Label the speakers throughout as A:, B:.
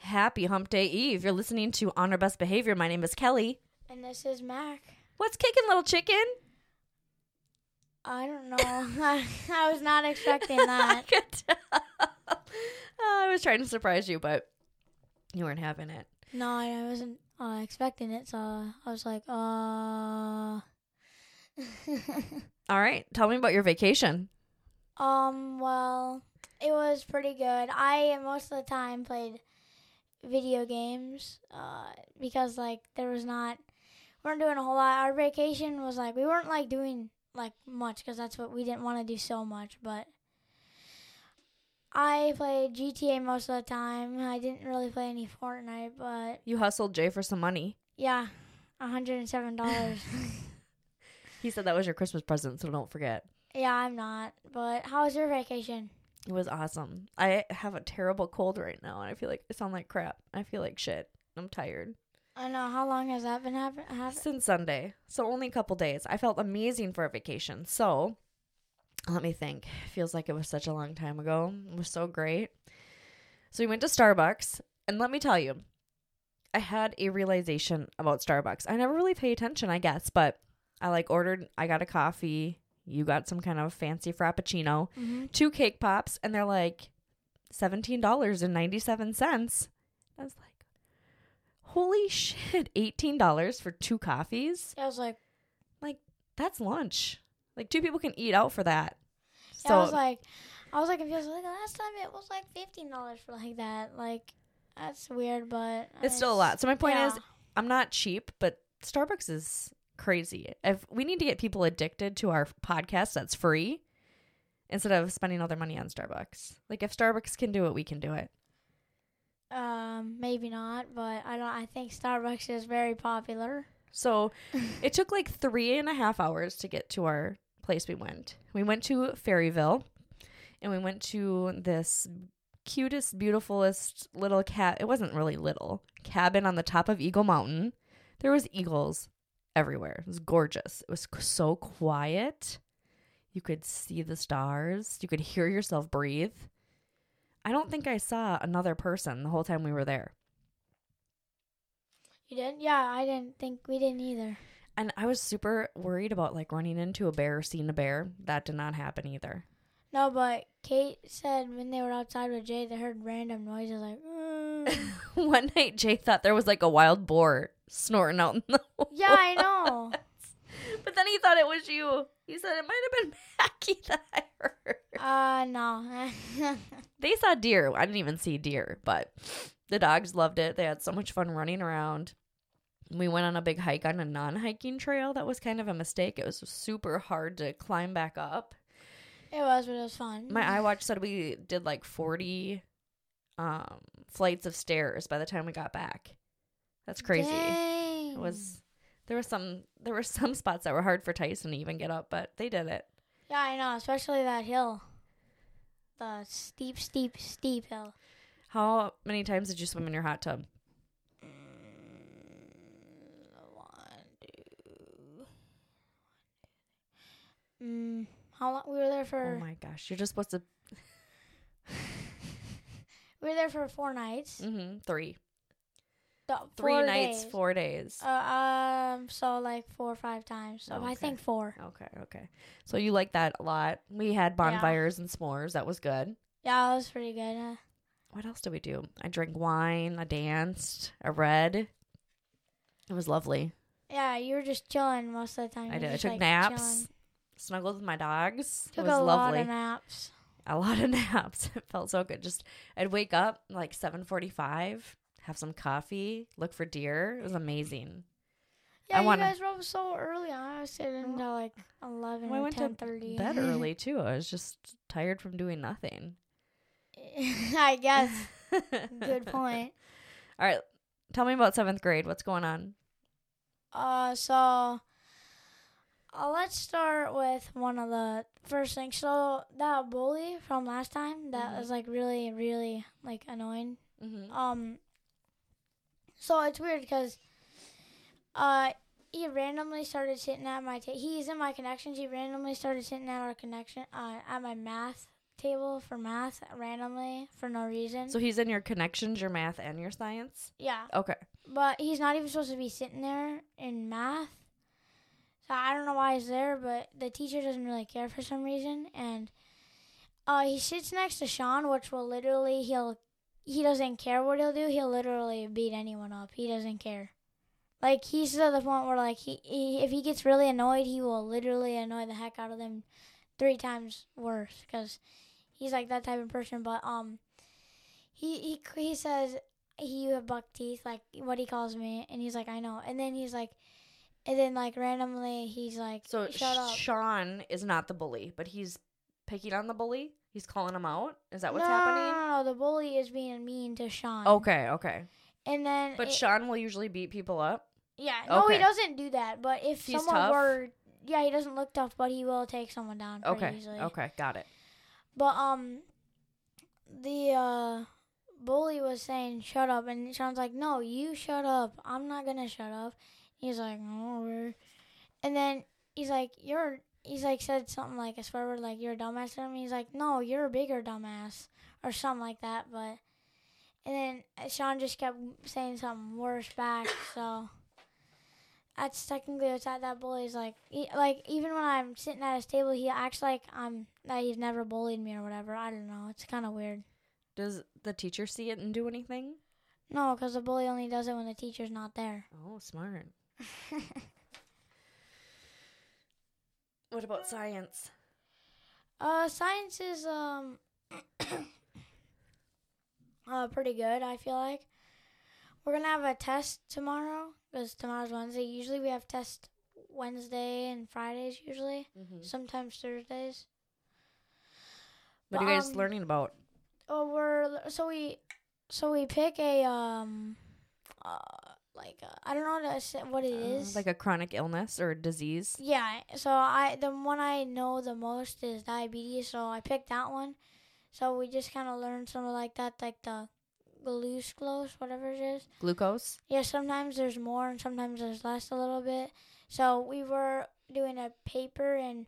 A: Happy Hump Day Eve. You're listening to On Our Best Behavior. My name is Kelly.
B: And this is Mac.
A: What's kicking, little chicken?
B: I don't know. Oh, I, I was not expecting that.
A: Good job. Oh, I was trying to surprise you, but you weren't having it.
B: No, I wasn't uh, expecting it, so I was like, uh.
A: All right. Tell me about your vacation.
B: um, well, it was pretty good. I most of the time played video games uh, because, like, there was not. We weren't doing a whole lot. Our vacation was like, we weren't, like, doing, like, much because that's what we didn't want to do so much, but. I played GTA most of the time. I didn't really play any Fortnite, but
A: You hustled Jay for some money.
B: Yeah, hundred and seven dollars.
A: He said that was your Christmas present, so don't forget.
B: yeah, I'm not. But how was your vacation?
A: It was awesome. I have a terrible cold right now, and I feel like I sound like crap. I feel like shit. I'm tired.
B: I know. How long has that been happen- happening?
A: Since Sunday, so only a couple days. I felt amazing for a vacation. So, let me think. Feels like it was such a long time ago. It was so great. So we went to Starbucks, and let me tell you, I had a realization about Starbucks. I never really pay attention, I guess, but I like ordered. I got a coffee. You got some kind of fancy frappuccino.
B: Mm-hmm.
A: two cake pops and they're like seventeen dollars and ninety seven cents. I was like, holy shit, eighteen dollars for two coffees?
B: I was like,
A: That's lunch. Like two people can eat out for that.
B: yeah, I was like, I was like confused. Like last time, it was like fifteen dollars for like that. Like that's weird, but
A: it's still a lot. So my point is
B: yeah.
A: I'm not cheap, but Starbucks is crazy. If we need to get people addicted to our podcast that's free instead of spending all their money on Starbucks. Like if Starbucks can do it, we can do it.
B: um, maybe not, but I don't. I think Starbucks is very popular.
A: So it took like three and a half hours to get to our place we went. We went to Fairyville and we went to this cutest, beautifulest little cat. It wasn't really little cabin on the top of Eagle Mountain. There was eagles everywhere. It was gorgeous. It was c- so quiet. You could see the stars. You could hear yourself breathe. I don't think I saw another person the whole time we were there.
B: You did? Yeah, I didn't think we didn't either.
A: And I was super worried about like running into a bear or seeing a bear. That did not happen either.
B: No, but Kate said when they were outside with Jay, they heard random noises like. "Mm."
A: One night, Jay thought there was like a wild boar snorting out in the
B: yeah, I know.
A: But then he thought it was you. He said it might have been Mackie that I heard.
B: Uh, no.
A: They saw deer. I didn't even see deer, but the dogs loved it. They had so much fun running around. We went on a big hike on a non hiking trail. That was kind of a mistake. It was super hard to climb back up.
B: it was, but it was fun.
A: my iWatch said we did like 40 um flights of stairs by the time we got back. That's crazy.
B: Dang.
A: It was there were some there were some spots that were hard for Tyson to even get up, but they did it.
B: Yeah, I know, especially that hill. The steep, steep, steep hill.
A: How many times did you swim in your hot tub?
B: One, two. Mm, how long? We were there
A: Oh
B: for.
A: my gosh, you're just supposed to
B: we were there for four nights.
A: hmm 3.
B: The-
A: 3
B: four
A: nights,
B: days.
A: 4 days.
B: Uh, um, so like four or five times. So I
A: Okay.
B: think four.
A: okay, okay. So you like that a lot. We had bonfires and s'mores. That was good.
B: Yeah, that was pretty good. Uh,
A: What else did we do? I drank wine, I danced, I read. It was lovely.
B: yeah, you were just chilling most of the time.
A: I
B: You
A: did. I
B: just,
A: took
B: like,
A: naps,
B: chilling.
A: snuggled with my dogs.
B: Took
A: it was
B: a
A: lovely.
B: lot of naps.
A: a lot of naps. It felt so good. Just I'd wake up like seven forty-five, have some coffee, look for deer. It was amazing. I
B: Yeah, you
A: wanna-
B: guys rode so early. I was sitting until like eleven
A: Well, I
B: or
A: went to
B: ten thirty.
A: Bed early too. I was just tired from doing nothing.
B: I guess. Good point.
A: All right, tell me about seventh grade. What's going on?
B: Uh, so uh, let's start with one of the first things. So that bully from last time that
A: Mhm.
B: was like really, really like annoying.
A: Mm-hmm.
B: Um, so it's weird because uh, he randomly started sitting at my. Ta- he's in my connections. He randomly started sitting at our connection uh, at my math table for math randomly for no reason.
A: So he's in your connections, your math, and your science.
B: yeah,
A: Okay.
B: but he's not even supposed to be sitting there in math. So I don't know why he's there, but the teacher doesn't really care for some reason, and uh, he sits next to Sean, which will literally he'll he doesn't care what he'll do. He'll literally beat anyone up. He doesn't care. Like he's to the point where like he, he if he gets really annoyed, he will literally annoy the heck out of them three times worse because he's like that type of person. But um, he he he says he you have buck teeth like what he calls me, and he's like I know, and then he's like, and then like randomly he's like
A: So
B: shut
A: Sh-
B: up.
A: Sean is not the bully, but he's picking on the bully. He's calling him out. Is that what's
B: no,
A: happening?
B: No, no, no, the bully is being mean to Sean.
A: Okay, okay.
B: and then
A: But
B: it-
A: Sean will usually beat people up.
B: Yeah, no, he
A: Okay.
B: doesn't do that. But if
A: He's
B: someone
A: tough?
B: were, yeah, he doesn't look tough, but he will take someone down pretty
A: Okay,
B: easily.
A: okay, got it.
B: But um, the uh, bully was saying, "Shut up," and Sean's like, "No, you shut up. I'm not gonna shut up." He's like, "Oh," and then he's like, "You're." He's like said something like a swear word, like "You're a dumbass," and he's like, "No, you're a bigger dumbass," or something like that. But and then Sean just kept saying something worse back, so. That's technically what's at that bully's like. He, like even when I'm sitting at his table, he acts like I'm that he's never bullied me or whatever. I don't know. It's kind of weird.
A: Does the teacher see it and do anything?
B: No, because the bully only does it when the teacher's not there.
A: Oh, smart. What about science?
B: uh, science is um, uh, pretty good. I feel like we're gonna have a test tomorrow because tomorrow's Wednesday. Usually we have test Wednesday and Fridays. Usually,
A: Mm-hmm.
B: sometimes Thursdays.
A: What are you guys
B: Um,
A: learning about?
B: Oh, we're so we so we pick a um uh like uh, I don't know how to say what it
A: Uh,
B: is.
A: like a chronic illness or disease?
B: yeah, so I the one I know the most is diabetes, so I picked that one. So we just kind of learned something like that, like the glucose, whatever it is.
A: Glucose?
B: Yeah, sometimes there's more and sometimes there's less a little bit. So we were doing a paper and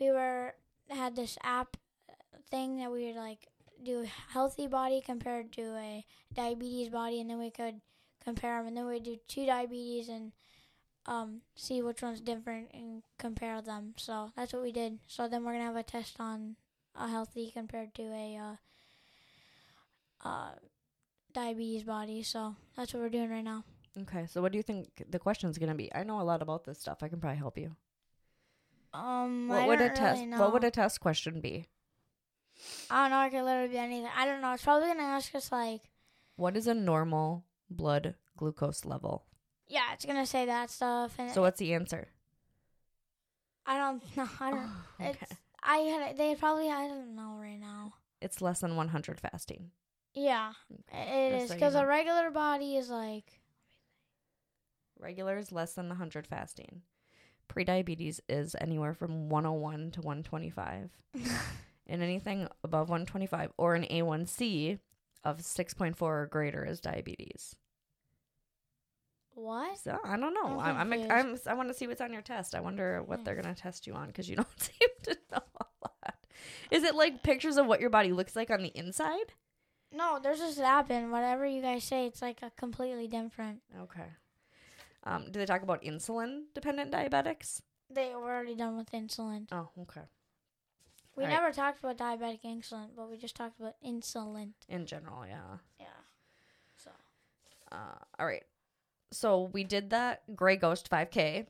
B: we were had this app thing that we would like do a healthy body compared to a diabetes body and then we could compare them and then we do two diabetes and um, see which one's different and compare them. So that's what we did. So then we're gonna have a test on a healthy compared to a uh, uh, diabetes body. So that's what we're doing right now.
A: Okay, so what do you think the question's going to be? I know a lot about this stuff. I can probably help you.
B: Um,
A: What
B: I
A: would
B: don't
A: a test
B: Really know.
A: What would a test question be?
B: I don't know. It could literally be anything. I don't know. It's probably gonna ask us like,
A: What is a normal blood glucose level?
B: yeah, it's gonna say that stuff. And
A: So what's the answer?
B: I don't know. I don't.
A: okay.
B: It's I had. They probably. I don't know right now.
A: It's less than 100 fasting.
B: Yeah, it
A: Just
B: is
A: so you
B: because
A: know.
B: a regular body is like.
A: Regular is less than 100 fasting. Prediabetes is anywhere from 101 to 125. and anything above 125 or an A1C of 6.4 or greater is diabetes.
B: What?
A: So I don't know.
B: I'm
A: I'm, I'm,
B: confused.
A: I'm I want to see what's on your test. I wonder what they're gonna test you on because you don't seem to know a lot. Is it like pictures of what your body looks like on the inside?
B: No, there's this app and whatever you guys say, it's like a completely different.
A: Okay. Um, do they talk about insulin dependent diabetics?
B: They were already done with insulin.
A: Oh, okay.
B: We
A: All right.
B: never talked about diabetic insulin, but we just talked about insulin.
A: In general, yeah.
B: Yeah. So.
A: Uh, all right. So we did that Grey Ghost 5K.
B: Yep.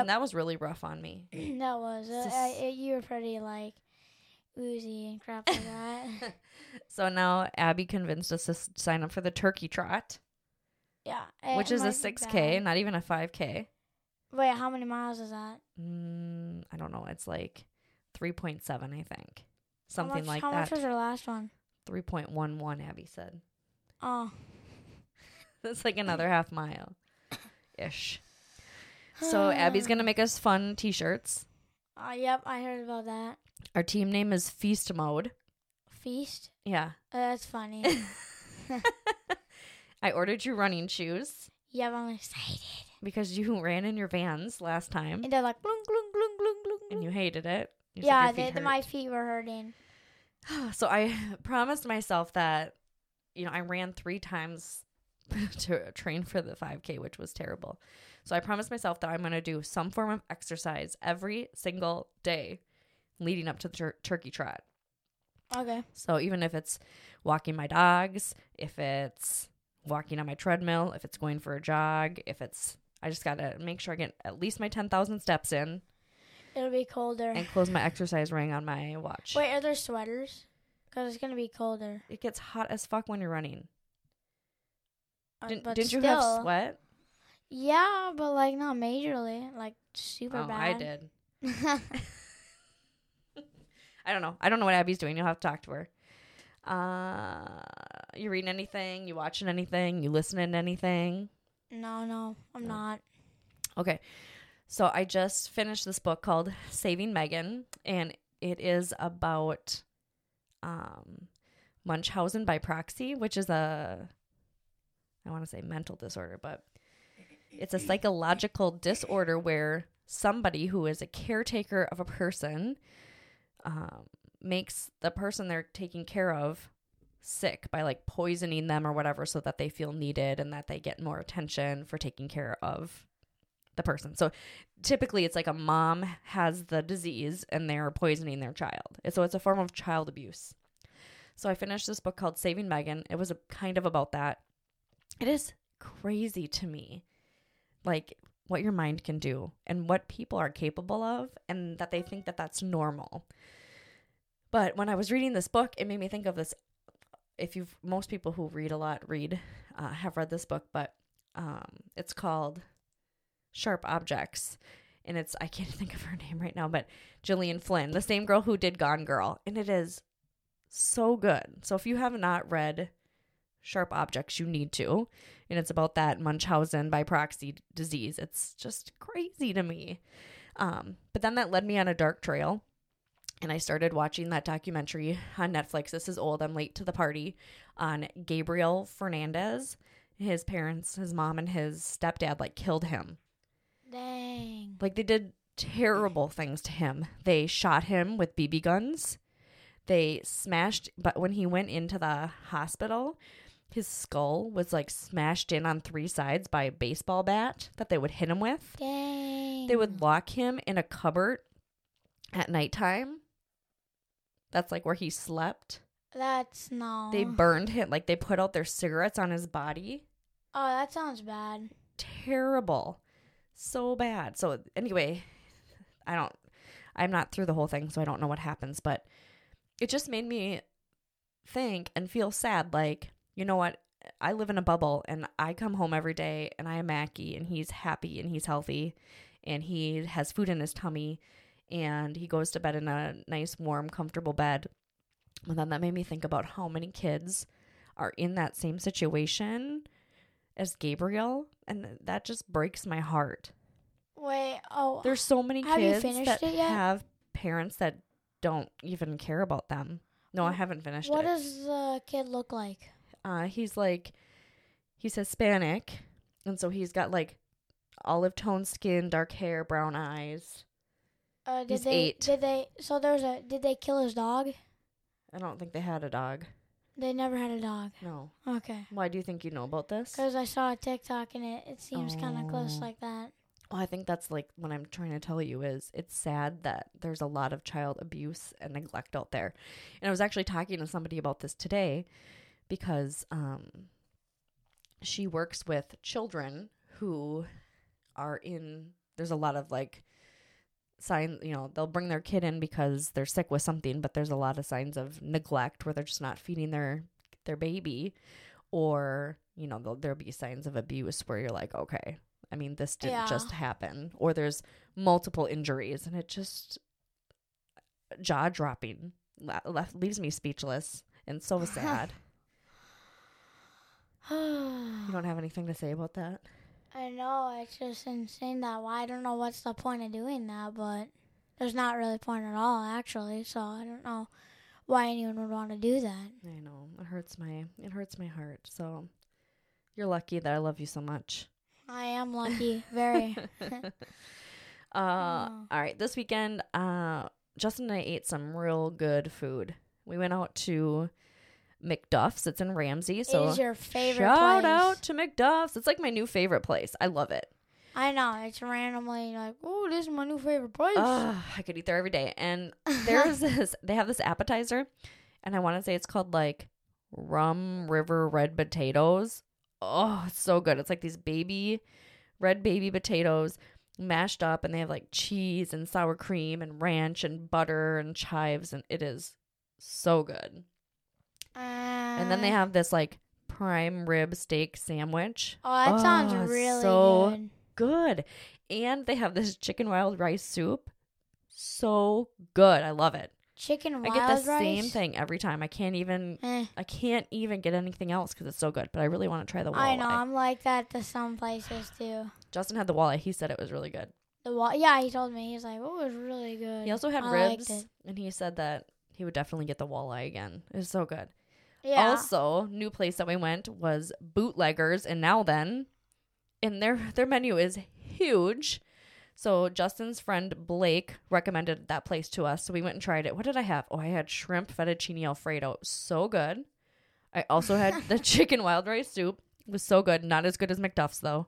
A: And that was really rough on me.
B: that was uh,
A: Sis-
B: uh, it, you were pretty like oozy and crap like that.
A: So now Abby convinced us to s- sign up for the turkey trot,
B: yeah,
A: which
B: it
A: is a
B: Eh, might be
A: 6K,
B: bad.
A: not even a 5K.
B: Wait, how many miles is that?
A: Mm, I don't know. It's like 3.7, I think.
B: How
A: Something
B: much-
A: like
B: How much
A: that.
B: was your last one?
A: 3.11, Abby said.
B: Oh,
A: That's like another
B: Mm.
A: half mile ish. So Abby's going to make us fun t shirts.
B: Uh, yep, I heard about that
A: Our team name is Feast Mode.
B: feast.
A: Yeah.
B: Uh, that's funny.
A: I ordered you running shoes
B: yep, I'm excited.
A: because you ran in your vans last time
B: And they're like glung glung glung glung glung.
A: and you hated it. You said
B: yeah,
A: your feet
B: they, my
A: hurt.
B: feet were hurting.
A: so I promised myself that, you know, I ran three times to train for the 5K, which was terrible. So I promised myself that I'm going to do some form of exercise every single day leading up to the tur- turkey trot.
B: Okay.
A: So even if it's walking my dogs, if it's walking on my treadmill, if it's going for a jog, if it's I just gotta make sure I get at least my ten thousand steps in
B: It'll be colder.
A: and close my exercise ring on my watch.
B: Wait, are there sweaters? Because it's gonna be colder.
A: It gets hot as fuck when you're running.
B: Uh,
A: Didn't,
B: but
A: didn't you have
B: still-
A: sweat?
B: Yeah, but like not majorly, like super
A: Oh, I
B: bad.
A: did.
B: I did.
A: I don't know. I don't know what Abby's doing. You'll have to talk to her. Uh, you reading anything? You watching anything? You listening to anything?
B: no, no, I'm
A: No.
B: not.
A: Okay. So I just finished this book called Saving Megan, and it is about um, Munchausen by proxy, which is a, I want to say mental disorder, but it's a psychological disorder where somebody who is a caretaker of a person um, makes the person they're taking care of sick by like poisoning them or whatever so that they feel needed and that they get more attention for taking care of the person. So typically it's like a mom has the disease and they're poisoning their child. And So it's a form of child abuse. So I finished this book called Saving Megan. It was a, kind of about that. It is crazy to me. Like what your mind can do and what people are capable of and that they think that that's normal. But when I was reading this book, it made me think of this if you've most people who read a lot read uh, have read this book, but um, it's called sharp objects and it's i can't think of her name right now but gillian flynn the same girl who did gone girl and it is so good so if you have not read sharp objects you need to and it's about that munchausen by proxy d- disease it's just crazy to me um, but then that led me on a dark trail and i started watching that documentary on netflix this is old i'm late to the party on gabriel fernandez his parents his mom and his stepdad like killed him
B: Dang.
A: like they did terrible things to him. They shot him with BB guns. They smashed but when he went into the hospital, his skull was like smashed in on three sides by a baseball bat that they would hit him with.
B: Dang.
A: They would lock him in a cupboard at nighttime. That's like where he slept.
B: That's no.
A: They burned him like they put out their cigarettes on his body.
B: oh, that sounds bad.
A: terrible so bad so anyway i don't i'm not through the whole thing so i don't know what happens but it just made me think and feel sad like you know what i live in a bubble and i come home every day and i am mackie and he's happy and he's healthy and he has food in his tummy and he goes to bed in a nice warm comfortable bed and then that made me think about how many kids are in that same situation as Gabriel, and th- that just breaks my heart.
B: Wait. Oh.
A: There's so many
B: Have you
A: kids
B: finished
A: that
B: it yet?
A: have parents that don't even care about them. No, I
B: Wh-
A: haven't finished
B: What
A: it.
B: does the kid look like?
A: uh, he's like, he's Hispanic, and so he's got like olive toned skin, dark hair, brown eyes.
B: Uh, did
A: He's
B: they,
A: eight.
B: Did they? So there's a. Did they kill his dog?
A: I don't think they had a dog.
B: They never had a dog.
A: No.
B: Okay.
A: Why do you think you know about this?
B: Because I saw a TikTok and it, it seems kind of close
A: Oh.
B: like that.
A: Well, I think that's like what I'm trying to tell you is it's sad that there's a lot of child abuse and neglect out there. And I was actually talking to somebody about this today because um, she works with children who are in, there's a lot of like signs, you know, they'll bring their kid in because they're sick with something, but there's a lot of signs of neglect where they're just not feeding their their baby or, you know, there'll, there'll be signs of abuse where you're like, okay, I mean, this didn't
B: Yeah.
A: just happen, or there's multiple injuries, and it just jaw dropping le- left leaves me speechless and so sad.
B: Oh.
A: you don't have anything to say about that?
B: I know it's just insane that. Why I don't know what's the point of doing that, but there's not really point at all actually. So I don't know why anyone would want to do that.
A: I know it hurts my it hurts my heart. So you're lucky that I love you so much.
B: I am lucky, very.
A: Uh,
B: Oh.
A: uh, All right, this weekend, uh, Justin and I ate some real good food. We went out to McDuff's. It's in Ramsey. So
B: it is your favorite
A: shout
B: place.
A: out to McDuff's. It's like my new favorite place. I love it.
B: I know it's randomly like, oh, this is my new favorite place.
A: Ugh, I could eat there every day. And there's this. They have this appetizer, and I want to say it's called like rum river red potatoes. Oh, it's so good. It's like these baby red baby potatoes mashed up, and they have like cheese and sour cream and ranch and butter and chives, and it is so good. And
B: Uh.
A: then they have this like prime rib steak sandwich.
B: Oh, that
A: Oh,
B: sounds really
A: so
B: good.
A: Good. And they have this chicken wild rice soup. So good. I love it.
B: Chicken wild
A: I get the
B: rice.
A: same thing every time. I can't even
B: Eh,
A: I can't even get anything else cuz it's so good, but I really want to try the walleye.
B: I know. I'm like that to some places too.
A: Justin had the walleye. He said it was really good.
B: The wa- yeah, he told me he was like, "Oh, it was really good."
A: He also had
B: I liked
A: ribs
B: it.
A: and he said that he would definitely get the walleye again. It was so good.
B: Yeah.
A: Also, new place that we went was Bootleggers and Now Then. And their their menu is huge. So Justin's friend Blake recommended that place to us. So we went and tried it. What did I have? Oh, I had shrimp fettuccine alfredo. So good. I also had the chicken wild rice soup. It was so good. Not as good as McDuff's though.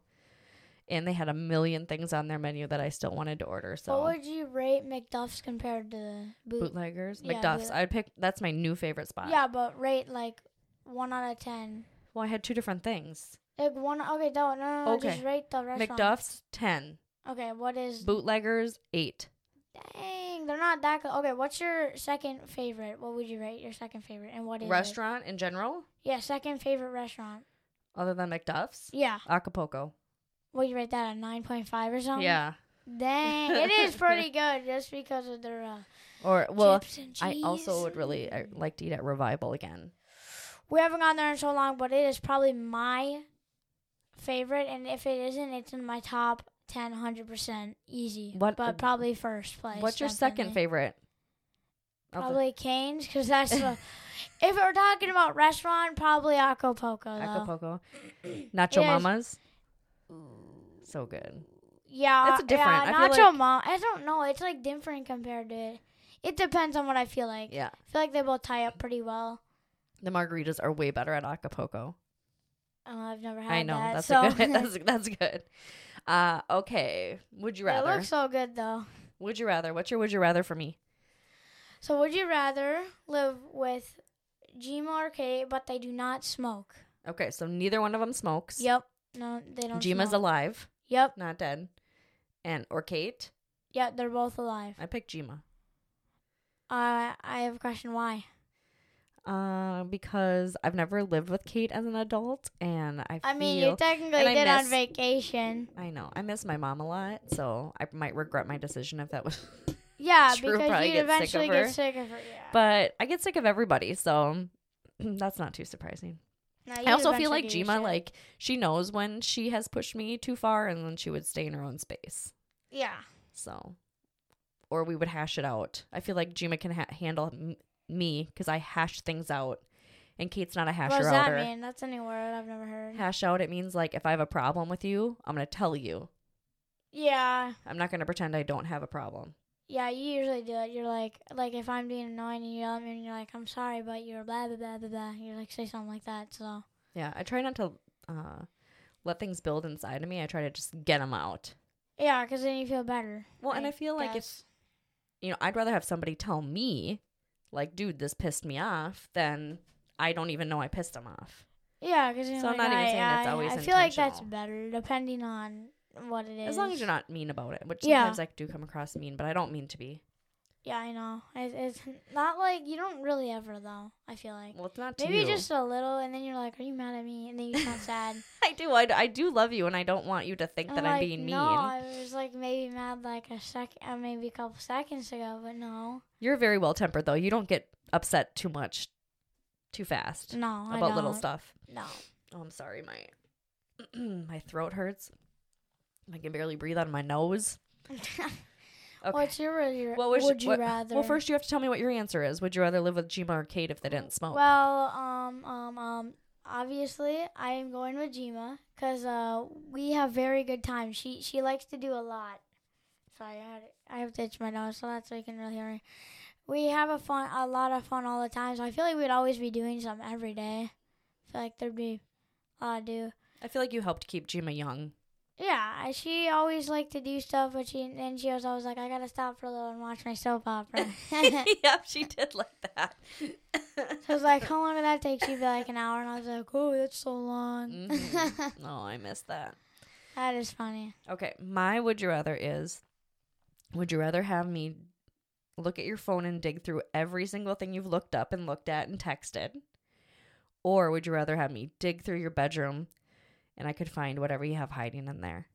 A: And they had a million things on their menu that I still wanted to order. So
B: What would you rate McDuff's compared to the boot?
A: bootleggers,
B: Yeah,
A: McDuff's.
B: boot-
A: I'd pick that's my new favorite spot.
B: Yeah, but rate like one out of ten.
A: Well, I had two different things.
B: Like one. Okay, no, no, no. no,
A: Okay.
B: Just rate the restaurant.
A: McDuff's ten.
B: Okay, what is?
A: Bootleggers, eight.
B: Dang, they're not that good. Okay, what's your second favorite? What would you rate your second favorite, and what is it?
A: Restaurant in general,
B: Yeah, second favorite restaurant.
A: other than McDuff's,
B: Yeah,
A: Acapulco.
B: what you rate that a nine point five or something?
A: yeah.
B: dang, it is pretty good just because of their uh,
A: Or, well,
B: chips and
A: I also
B: cheese.
A: would really uh, like to eat at Revival again.
B: We haven't gone there in so long, but it is probably my favorite, and if it isn't, it's in my top 10, 100 percent easy.
A: What-
B: But probably first place.
A: What's your second
B: definitely.
A: favorite? Of the-
B: Probably Canes, because that's the. if we're talking about restaurant, probably Acapulco. Though.
A: Acapulco. Nacho
B: It is-
A: Mamas. So good.
B: Yeah,
A: It's different.
B: Yeah,
A: I
B: nacho
A: feel like-
B: mom. I don't know. It's like different compared to it. It depends on what I feel like.
A: Yeah.
B: I feel like they both tie up pretty well.
A: The margaritas are way better at Acapulco.
B: Uh, I've never had
A: I know.
B: that.
A: that's,
B: so
A: a good, that's, that's good. Uh, okay. Would you
B: it
A: rather?
B: looks so good though.
A: would you rather? What's your would you rather for me?
B: So, would you rather live with Gmo or Kate, but they do not smoke?
A: Okay. So neither one of them smokes.
B: Yep. No, they don't.
A: Jima's
B: smoke.
A: alive,
B: Yep.
A: not dead. And, or Kate.
B: Yep. They're both alive.
A: I picked Jima.
B: Uh, I have a question. Why?
A: Uh, because I've never lived with Kate as an adult, and I
B: I mean,
A: feel
B: you technically
A: and I
B: did on
A: miss-
B: vacation.
A: I know I miss my mom a lot, so I might regret my decision if that was.
B: Yeah,
A: True,
B: because
A: probably
B: you
A: get sick of
B: eventually
A: her.
B: get sick of her. Yeah.
A: but I get sick of everybody, so that's not too surprising.
B: No,
A: I
B: you
A: also feel
B: eventually
A: like
B: get your
A: Jima,
B: shit.
A: like she knows when she has pushed me too far, and then she would stay in her own space.
B: Yeah.
A: So, or we would hash it out. I feel like Jima can ha- handle m- me because I hash things out, and Kate's not a hasher
B: What does
A: outer.
B: that mean? That's a new word I've never heard.
A: Hash out. It means like if I have a problem with you, I'm gonna tell you.
B: Yeah.
A: I'm not going to pretend I don't have a problem.
B: Yeah, you usually do it. You're like, like if I'm being annoying and you yell at me and you're like, I'm sorry, but you're blah, blah, blah, blah, blah. You're like, say something like that. So,
A: Yeah, I try not to uh, let things build inside of me. I try to just get them out.
B: yeah, because then you feel better.
A: Well, and
B: I
A: I feel like if
B: guess.
A: you know, I'd rather have somebody tell me, like, dude, this pissed me off, than I don't even know I pissed them off.
B: Yeah, because you're
A: So I'm
B: like,
A: not even
B: I-
A: saying that's
B: I-
A: always
B: I feel like that's
A: intentional.
B: better depending on what it is.
A: As long as you're not mean about it, which
B: Yeah.
A: sometimes I do come across mean, but I don't mean to be.
B: Yeah, I know. It, it's not like you don't really ever, though, I feel like.
A: Well, it's not to
B: Maybe
A: you.
B: just a little, and then you're like, "Are you mad at me?" And then you sound sad.
A: I do. I, I do love you, and I don't want you to think that I'm
B: like,
A: being
B: No,
A: mean.
B: I was like maybe mad like a sec, uh, maybe a couple seconds ago, but no,
A: You're very well tempered, though. You don't get upset too much, too fast
B: no, I
A: about little
B: don't.
A: stuff.
B: No,
A: Oh, I'm sorry, my my throat hurts. I can barely breathe out of my nose. Okay.
B: What's your would you,
A: what was
B: would you
A: what-
B: rather?
A: Well, first you have to tell me what your answer is. Would you rather live with Jima or Kate if they didn't smoke?
B: Well, um, um, um, obviously I am going with Jima because uh, we have very good time. She she likes to do a lot. Sorry, I had I have to itch my nose, so that's why you can really hear me. we have a fun, a lot of fun all the time. So I feel like we'd always be doing something every day. I feel like there'd be a lot to do.
A: I feel like you helped keep Jima young.
B: Yeah, she always liked to do stuff, but she and she was always like, I gotta stop for a little and watch my soap opera. so
A: yep, she did like that.
B: I was like, how long did that take? She'd be like an hour, and I was like, oh, that's so long.
A: Mhm. oh, I missed that.
B: that is funny.
A: Okay, my would you rather is would you rather have me look at your phone and dig through every single thing you've looked up and looked at and texted? Or would you rather have me dig through your bedroom and I could find whatever you have hiding in there?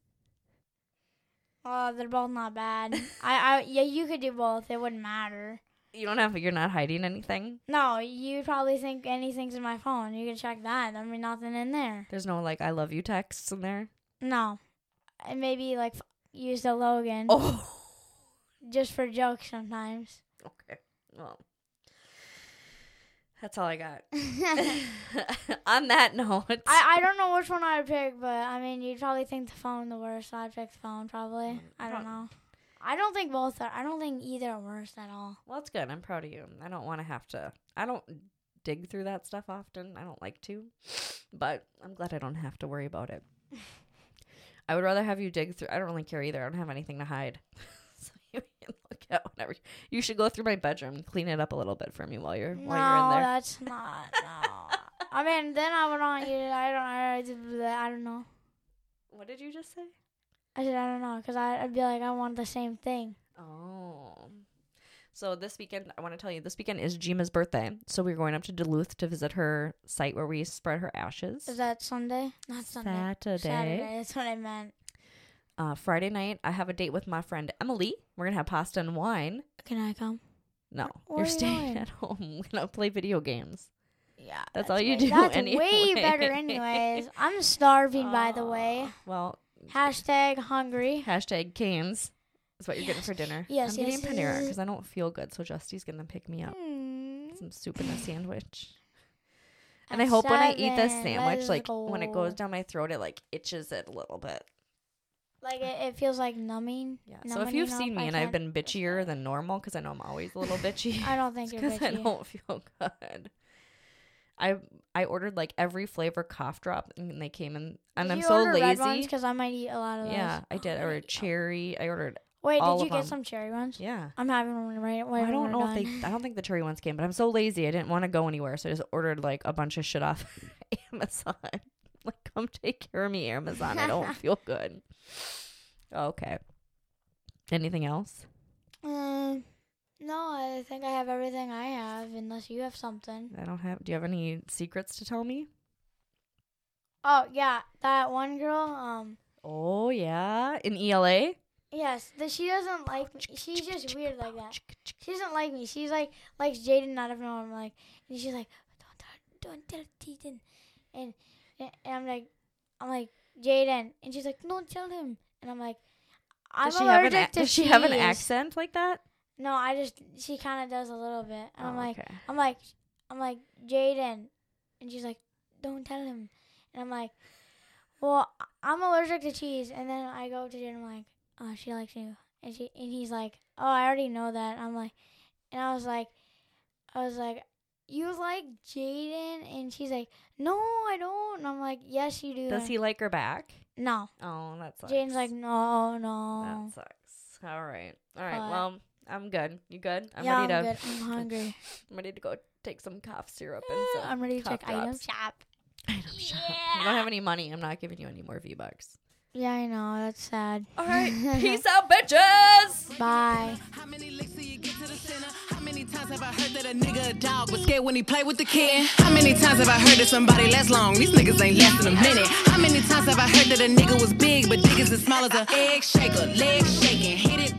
B: Oh, they're both not bad. I, I, yeah, you could do both. It wouldn't matter.
A: You don't have you're not hiding anything.
B: No, you probably think anything's in my phone. You can check that. There'll be nothing in there.
A: There's no like I love you texts in there.
B: No, and maybe like f- use the Logan
A: Oh.
B: just for jokes sometimes.
A: Okay. Well. That's all I got. On that note.
B: I, I don't know which one I'd pick, but I mean, you'd probably think the phone the worst. So I'd pick the phone probably. I
A: Prob-
B: don't know. I don't think both are. I don't think either are worse at all.
A: Well, that's good. I'm proud of you. I don't want to have to. I don't dig through that stuff often. I don't like to, but I'm glad I don't have to worry about it. I would rather have you dig through. I don't really care either. I don't have anything to hide, so you can look at whatever. You should go through my bedroom, and clean it up a little bit for me while you're
B: No,
A: while you're in there.
B: that's not. No. I mean, then I would want you. To, I don't. I, I don't know.
A: what did you just say?
B: I said I don't know because I'd be like I want the same thing.
A: Oh. So this weekend, I want to tell you, this weekend is Jima's birthday. So we're going up to Duluth to visit her site where we spread her ashes.
B: Is that Sunday? Not Sunday.
A: Saturday.
B: That's what I meant.
A: Uh, Friday night, I have a date with my friend Emily. We're gonna have pasta and wine.
B: Can I come?
A: No,
B: Where
A: you're
B: are you
A: staying
B: going?
A: at home. We're gonna play video games.
B: Yeah.
A: That's all you
B: way-
A: do
B: That's way
A: anyway.
B: better, anyways. I'm starving, by the way.
A: Aw. Ah, Well,
B: Hashtag hungry.
A: hashtag canes is what you're getting for dinner.
B: Yes,
A: I'm
B: yes,
A: getting Panera
B: yes.
A: because I don't feel good, so Justy's gonna pick me up
B: Hmm.
A: some soup and a sandwich. And I hope when I eat this
B: Seven.
A: sandwich,
B: Let's
A: like when it
B: go.
A: goes down my throat, it like itches it a little bit.
B: Like it, it feels like numbing.
A: Yeah.
B: No,
A: so if
B: money,
A: you've
B: no,
A: seen
B: I
A: me and I've
B: can't.
A: been bitchier than normal, because I know I'm always a little bitchy.
B: I don't think you're
A: because I
B: bitchy.
A: don't feel good. I I ordered like every flavor cough drop and they came in and
B: Did
A: I'm
B: you
A: so
B: order red ones?
A: lazy.
B: Because I might eat a lot of those.
A: Yeah, I did. I ordered
B: cherry.
A: cherry. I ordered
B: Wait,
A: all
B: did
A: of
B: you get
A: them.
B: some cherry ones?
A: yeah.
B: I'm having one right away.
A: I don't
B: when we're
A: know if
B: done.
A: they I don't think the cherry ones came, but I'm so lazy. I didn't want to go anywhere, so I just ordered like a bunch of shit off Amazon. Like come take care of me, Amazon. I don't feel good. Okay. Anything else?
B: Um, no, I think I have everything I have, unless you have something.
A: I don't have Do you have any secrets to tell me?
B: Oh yeah, that one girl. Um,
A: Oh yeah, in
B: E
A: ELA?
B: yes, the, she doesn't like me. She's just weird like that. She doesn't like me. She's like likes Jaden out of nowhere. I'm like, and she's like, don't touch, don't tell Jaden, and and I'm like, I'm like Jaden, and she's like, don't tell him, and I'm like, I'm
A: does she have
B: allergic
A: an, ac-
B: to
A: does she have an
B: cheese."
A: accent like that?
B: No, I just she kind of does a little bit, and I'm
A: Oh,
B: like,
A: okay.
B: I'm like, I'm like Jaden, and she's like, don't tell him, and I'm like, well, I- I'm allergic to cheese, and then I go up to Jaden, I'm like, oh, she likes you, and she and he's like, oh, I already know that. I'm like, and I was like, I was like, you like Jaden, and she's like, no, I don't, and I'm like, yes, you do.
A: does
B: And-
A: he like her back?
B: No,
A: Oh, that sucks.
B: Jaden's like, no,
A: that
B: no.
A: sucks. All right, all right.
B: Oh. But-
A: well, I'm good. You good? I'm
B: yeah,
A: ready
B: I'm
A: to.
B: good. I'm hungry.
A: I'm ready to go take some cough syrup and some.
B: I'm ready to
A: cough
B: check item
A: drops.
B: shop.
A: Item shop. You don't have any money. I'm not giving you any more V bucks.
B: Yeah, I know. That's sad.
A: All right, peace out, bitches.
B: Bye.
C: How many licks till you get to the center? How many times have I heard that a nigga a dog was scared when he played with the kitten? How many times have I heard that somebody lasts long? These niggas ain't lasting a minute. How many times have I heard that a nigga was big, but dick is as small as a egg shaker? Leg shaking, hit it